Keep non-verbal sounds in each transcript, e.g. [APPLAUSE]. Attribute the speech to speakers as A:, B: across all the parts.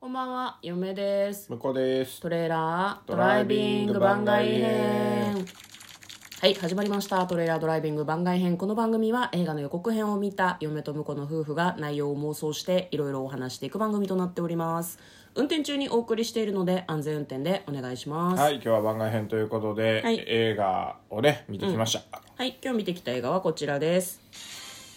A: こんばんは、嫁です。
B: 向こうです
A: トレーラード
B: ド
A: ラ
B: ラ
A: イ
B: イ
A: ビ
B: ビ
A: ン
B: ン
A: グ
B: グ
A: 番
B: 番
A: 外
B: 外
A: 編
B: 編。
A: はい、始まりました。トレーラードライビング番外編。この番組は映画の予告編を見た嫁と婿の夫婦が内容を妄想していろいろお話していく番組となっております。運転中にお送りしているので安全運転でお願いします。
B: は
A: はい、
B: い今日は番外編ということで、
A: はい
B: 映画をね見てきました、
A: 今日見てきた映画はこちらです。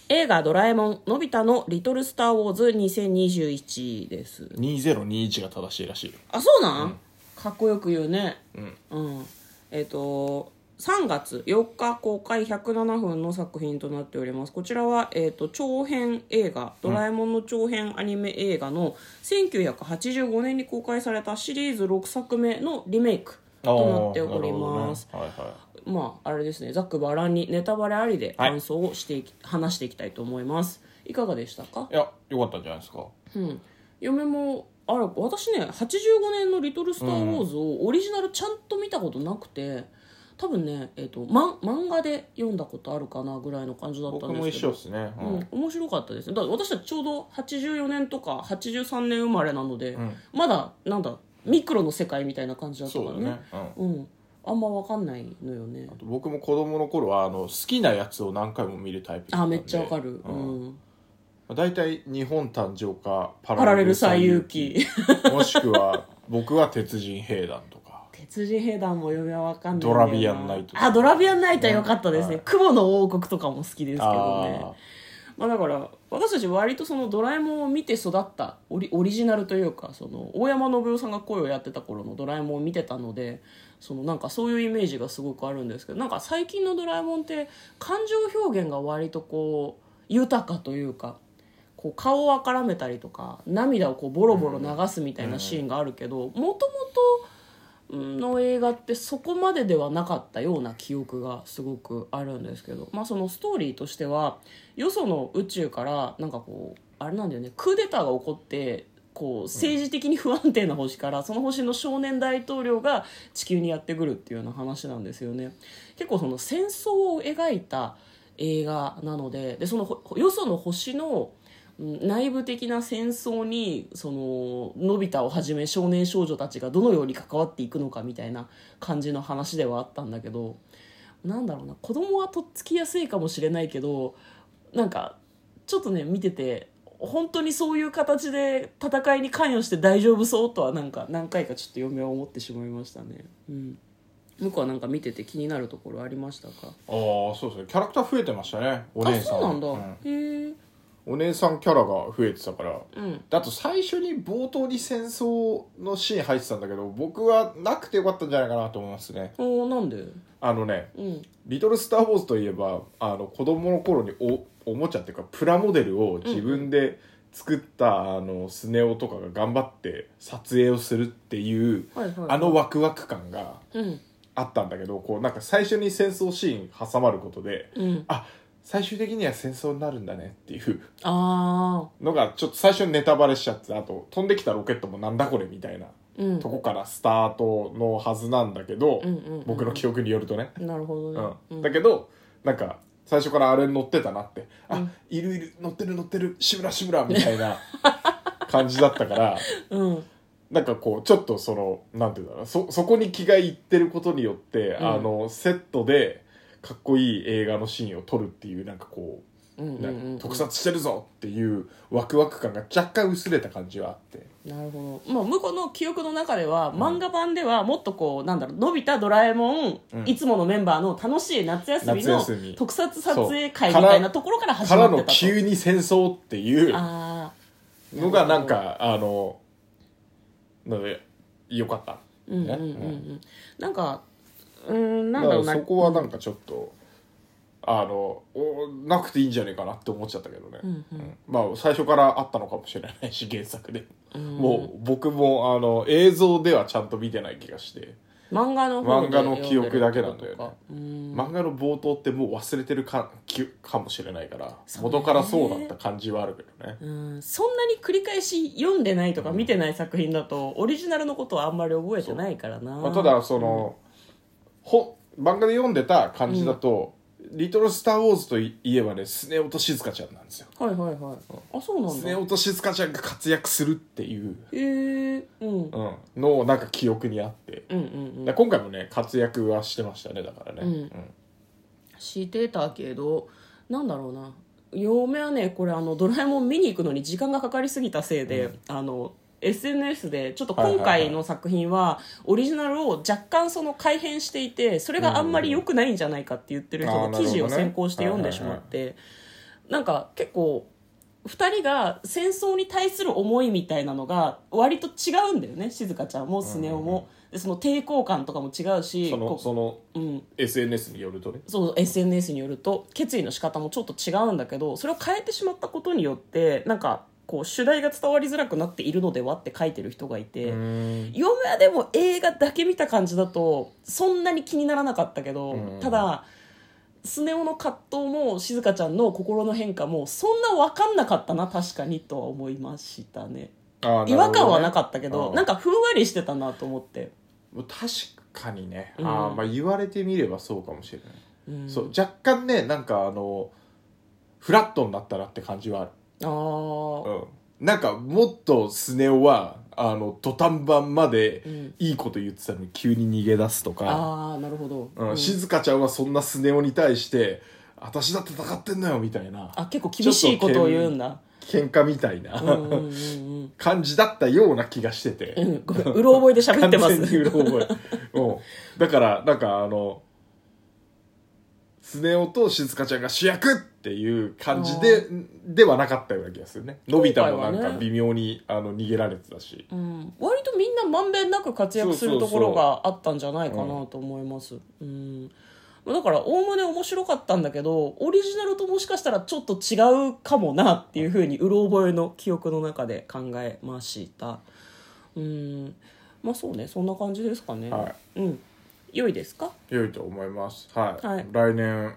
A: 映画ドラえもんのび太のリトルスターウォーズ2021です。
B: 2021が正しいらしいよ
A: あそうなん、かっこよく言うねうん、えっ、と3月4日公開107分の作品となっておりますこちらは、えー、と長編映画「ドラえもん」の長編アニメ映画の1985年に公開されたシリーズ6作目のリメイクとなっております、
B: あーなるほどねはいはい
A: まああれですねざっくばらんにネタバレありで感想をしていき、話していきたいと思いますいかがでしたか
B: いやよかったんじゃないですか
A: うん、嫁もあれ私ね85年の「リトル・スター・ウォーズ」をオリジナルちゃんと見たことなくて多分ね、えー、とま漫画で読んだことあるかなぐらいの感じだった
B: 僕
A: ん
B: も
A: で
B: 一
A: すけど
B: 緒ですね、うん
A: うん、面白かったですねだから私たちちょうど84年とか83年生まれなので、まだなんだミクロの世界みたいな感じだったか
B: そう
A: ら
B: だ
A: ね
B: ね、うん
A: うん、あんま分かんないのよね
B: 僕も子供の頃はあの好きなやつを何回も見るタイプだ
A: あ
B: たんで
A: めっちゃわかる、う
B: うんま
A: ん、
B: あ大体日本誕生かパ
A: パラレル最有機
B: もしくは僕は鉄人兵団とか
A: 鉄人兵団も読みはわかんないんだ
B: ド
A: よな
B: ラビアンナイト
A: あドラビアンナイトは良かったですね
B: は
A: 「雲の王国」とかも好きですけどね
B: あ
A: まあだから私たち割とそのドラえもんを見て育ったオリオリジナルというかその大山信夫さんが声をやってた頃のドラえもんを見てたのでそのなんかそういうイメージがすごくあるんですけどなんか最近のドラえもんって感情表現が割とこう豊かというかこう顔をあからめたりとか涙をこうボロボロ流すみたいなシーンがあるけどもともとの映画ってそこまでではなかったような記憶がすごくあるんですけど、まあ、そのストーリーとしてはよその宇宙からなんかこうあれなんだよねクーデターが起こってこう政治的に不安定な星からその星の少年大統領が地球にやってくるっていうような話なんですよね。結構その戦争を描いた映画なのででそのほよその星のうん内部的な戦争にそののび太をはじめ少年少女たちがどのように関わっていくのかみたいな感じの話ではあったんだけどなんだろうな子供はとっつきやすいかもしれないけどなんかちょっとね見てて本当にそういう形で戦いに関与して大丈夫そうとはなんか何回かちょっと嫁は思ってしまいましたね。うん向こうはなんか見てて気になるところありましたか
B: あーそうですねキャラクター増えてましたねお
A: あ
B: 姉さ
A: そ
B: ん
A: うなんだ、
B: うん
A: へえ
B: お姉さんキャラが増えてたから
A: うん
B: だと最初に冒頭に戦争のシーン入ってたんだけど僕はなくてよかったんじゃないかなと思いますね
A: おーなんで
B: あのね
A: うん
B: 「リトル・スター・ウォーズ」といえばあの子供の頃におおもちゃっていうかプラモデルを自分で作った、あのスネ夫とかが頑張って撮影をするっていう
A: はいはいはい
B: あのワクワク感が
A: うん
B: あったんだけどこうなんか最初に戦争シーン挟まることで
A: うん
B: あ最終的には戦争になるんだねっていう
A: ああ
B: のがちょっと最初にネタバレしちゃってあと飛んできたロケットもなんだこれみたいな
A: うん
B: とこからスタートのはずなんだけど、
A: うんうんうん
B: 僕の記憶によるとね、
A: なるほどね、
B: う、
A: うんん
B: だけどなんか最初からあれに乗ってたなってあ、
A: うん
B: いるいる乗ってる乗ってる志村志村みた
A: [LAUGHS]
B: いな感じだったから
A: うん
B: なんかこうちょっとそのなんていうんだろうそそこに気がいってることによって、
A: ん
B: あのセットでかっこいい映画のシーンを撮るっていうなんかこう
A: うんうんうん
B: 特撮してるぞっていうワクワク感が若干薄れた感じはあって
A: なるほど、まあ、向こうの記憶の中では、漫画版ではもっとこうなんだろうのび太ドラえもん、
B: うん
A: いつものメンバーの楽しい夏休みの
B: 夏休み
A: 特撮撮影会みたいなところから始
B: か
A: ま
B: ら
A: って
B: の
A: たと
B: 急に戦争っていう
A: あー
B: のがなんかあのなのでよかった、
A: うんうんうんう
B: ね
A: んなんかうーん
B: だ
A: なん
B: か
A: だろ
B: ら
A: うな
B: そこはなんかちょっと、あのおなくていいんじゃねえかなって思っちゃったけどね、
A: うんう
B: うんまあ最初からあったのかもしれないし原作で、
A: うん
B: もう僕もあの映像ではちゃんと見てない気がして
A: 漫画の方で
B: 漫画の記憶だけなんだ
A: 読でるっ
B: よね
A: てことかうん
B: 漫画の冒頭ってもう忘れてるかきかもしれないから、
A: そうね
B: 元からそうだった感じはあるけどね
A: うんそんなに繰り返し読んでないとか見てない作品だとオリジナルのことはあんまり覚えてないからな、
B: まあ、ただその、ほ漫画で読んでた感じだと「リトル・スター・ウォーズ」といえばねスネ夫と静香ちゃんなんですよ
A: はいはいはいあそうなん
B: スネ
A: だ
B: 夫と静香ちゃんが活躍するっていう
A: ええうん
B: うん、のなんか記憶にあって、
A: うんうんう
B: だから
A: ん
B: 今回もね活躍はしてましたねだからね、
A: うんしてたけどなんだろうな嫁はねこれあのドラえもん見に行くのに時間がかかりすぎたせいで、あの SNS でちょっと今
B: はいはい
A: 回
B: はい
A: の作品はオリジナルを若干その改変していてそれがあんまり良くないんじゃないかって言ってる人
B: あー
A: の
B: なるほどね
A: 記事を先行して読んでしまってなんか結構2人が戦争に対する思いみたいなのが割と違うんだよね静香ちゃんもスネ夫もでその抵抗感とかも違うし
B: その
A: こ
B: その
A: う、うん、
B: SNS によるとね
A: そう SNS によると決意の仕方もちょっと違うんだけどそれを変えてしまったことによってなんかこう主題が伝わりづらくなっているのではって書いてる人がいて、嫁はでも映画だけ見た感じだとそんなに気にならなかったけど、
B: うん
A: ただスネ夫の葛藤も静香ちゃんの心の変化もそんな分かんなかったな確かにとは思いましたね
B: あー
A: 違和感はなか
B: っ
A: ったけ
B: う
A: ど
B: ん
A: なんかふんわりしてたなと思って、
B: た確かにね、
A: うん
B: あーまあ言われてみればそうかもしれない、
A: うん、
B: そう若干ねなんかあのフラットになったなって感じはある
A: あー
B: うん、なんかもっとスネ夫はあの土壇場まで
A: うん
B: いいこと言ってたのに急に逃げ出すとか、
A: あーなるほど、
B: うん
A: うん
B: 静香ちゃんはそんなスネ夫に対して「私だって戦ってんのよ」みたいな
A: あ結構厳しいことを言うんだ
B: 喧嘩みたいな、
A: うんうんうんうん
B: [LAUGHS] 感じだったような気がしてて、
A: うんごめんうろ覚えで喋ってま
B: 完全に
A: す
B: うろ覚えうんだからなんかあのスネ夫と静香ちゃんが主役っていう感じ
A: あ
B: でではなかったような気がするねのび太もな
A: 今
B: ん
A: 回は
B: か
A: ね
B: 微妙に、あの逃げられてたし
A: うん、割とみんなまんべんなく活躍するところがあったんじゃないかなと思いますうんだからおおむね面白かったんだけどオリジナルともしかしたらちょっと違うかもなっていうふうにうろ覚えの記憶の中で考えましたうんまあそうねそんな感じですかね、
B: は
A: うん良いですか
B: 良いと思いますはい、
A: はい
B: 来年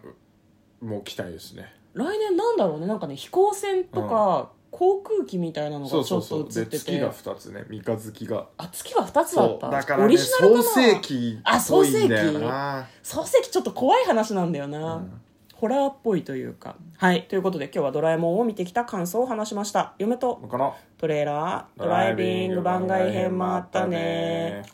B: も来たいですね
A: 来年なんだろうねなんかね飛行船とか航空機みたいなの
B: そ
A: が
B: う
A: ち
B: そ
A: ょ
B: う
A: っと
B: そう
A: 映っ
B: で
A: て
B: 月
A: て
B: が2つね三日月が
A: あ月が2つだっ
B: そう
A: た
B: だから
A: オ
B: ね
A: リジナルか
B: 創
A: な
B: 世紀
A: あ
B: っぽいんだ
A: 創
B: よ
A: 世
B: な
A: 創世記ちょっと怖い話なんだよな、
B: ん
A: ホラーっぽいというかはいということで今日は「ドラえもん」を見てきた感想を話しました嫁と
B: この
A: トレーラードライビング番外編もあったね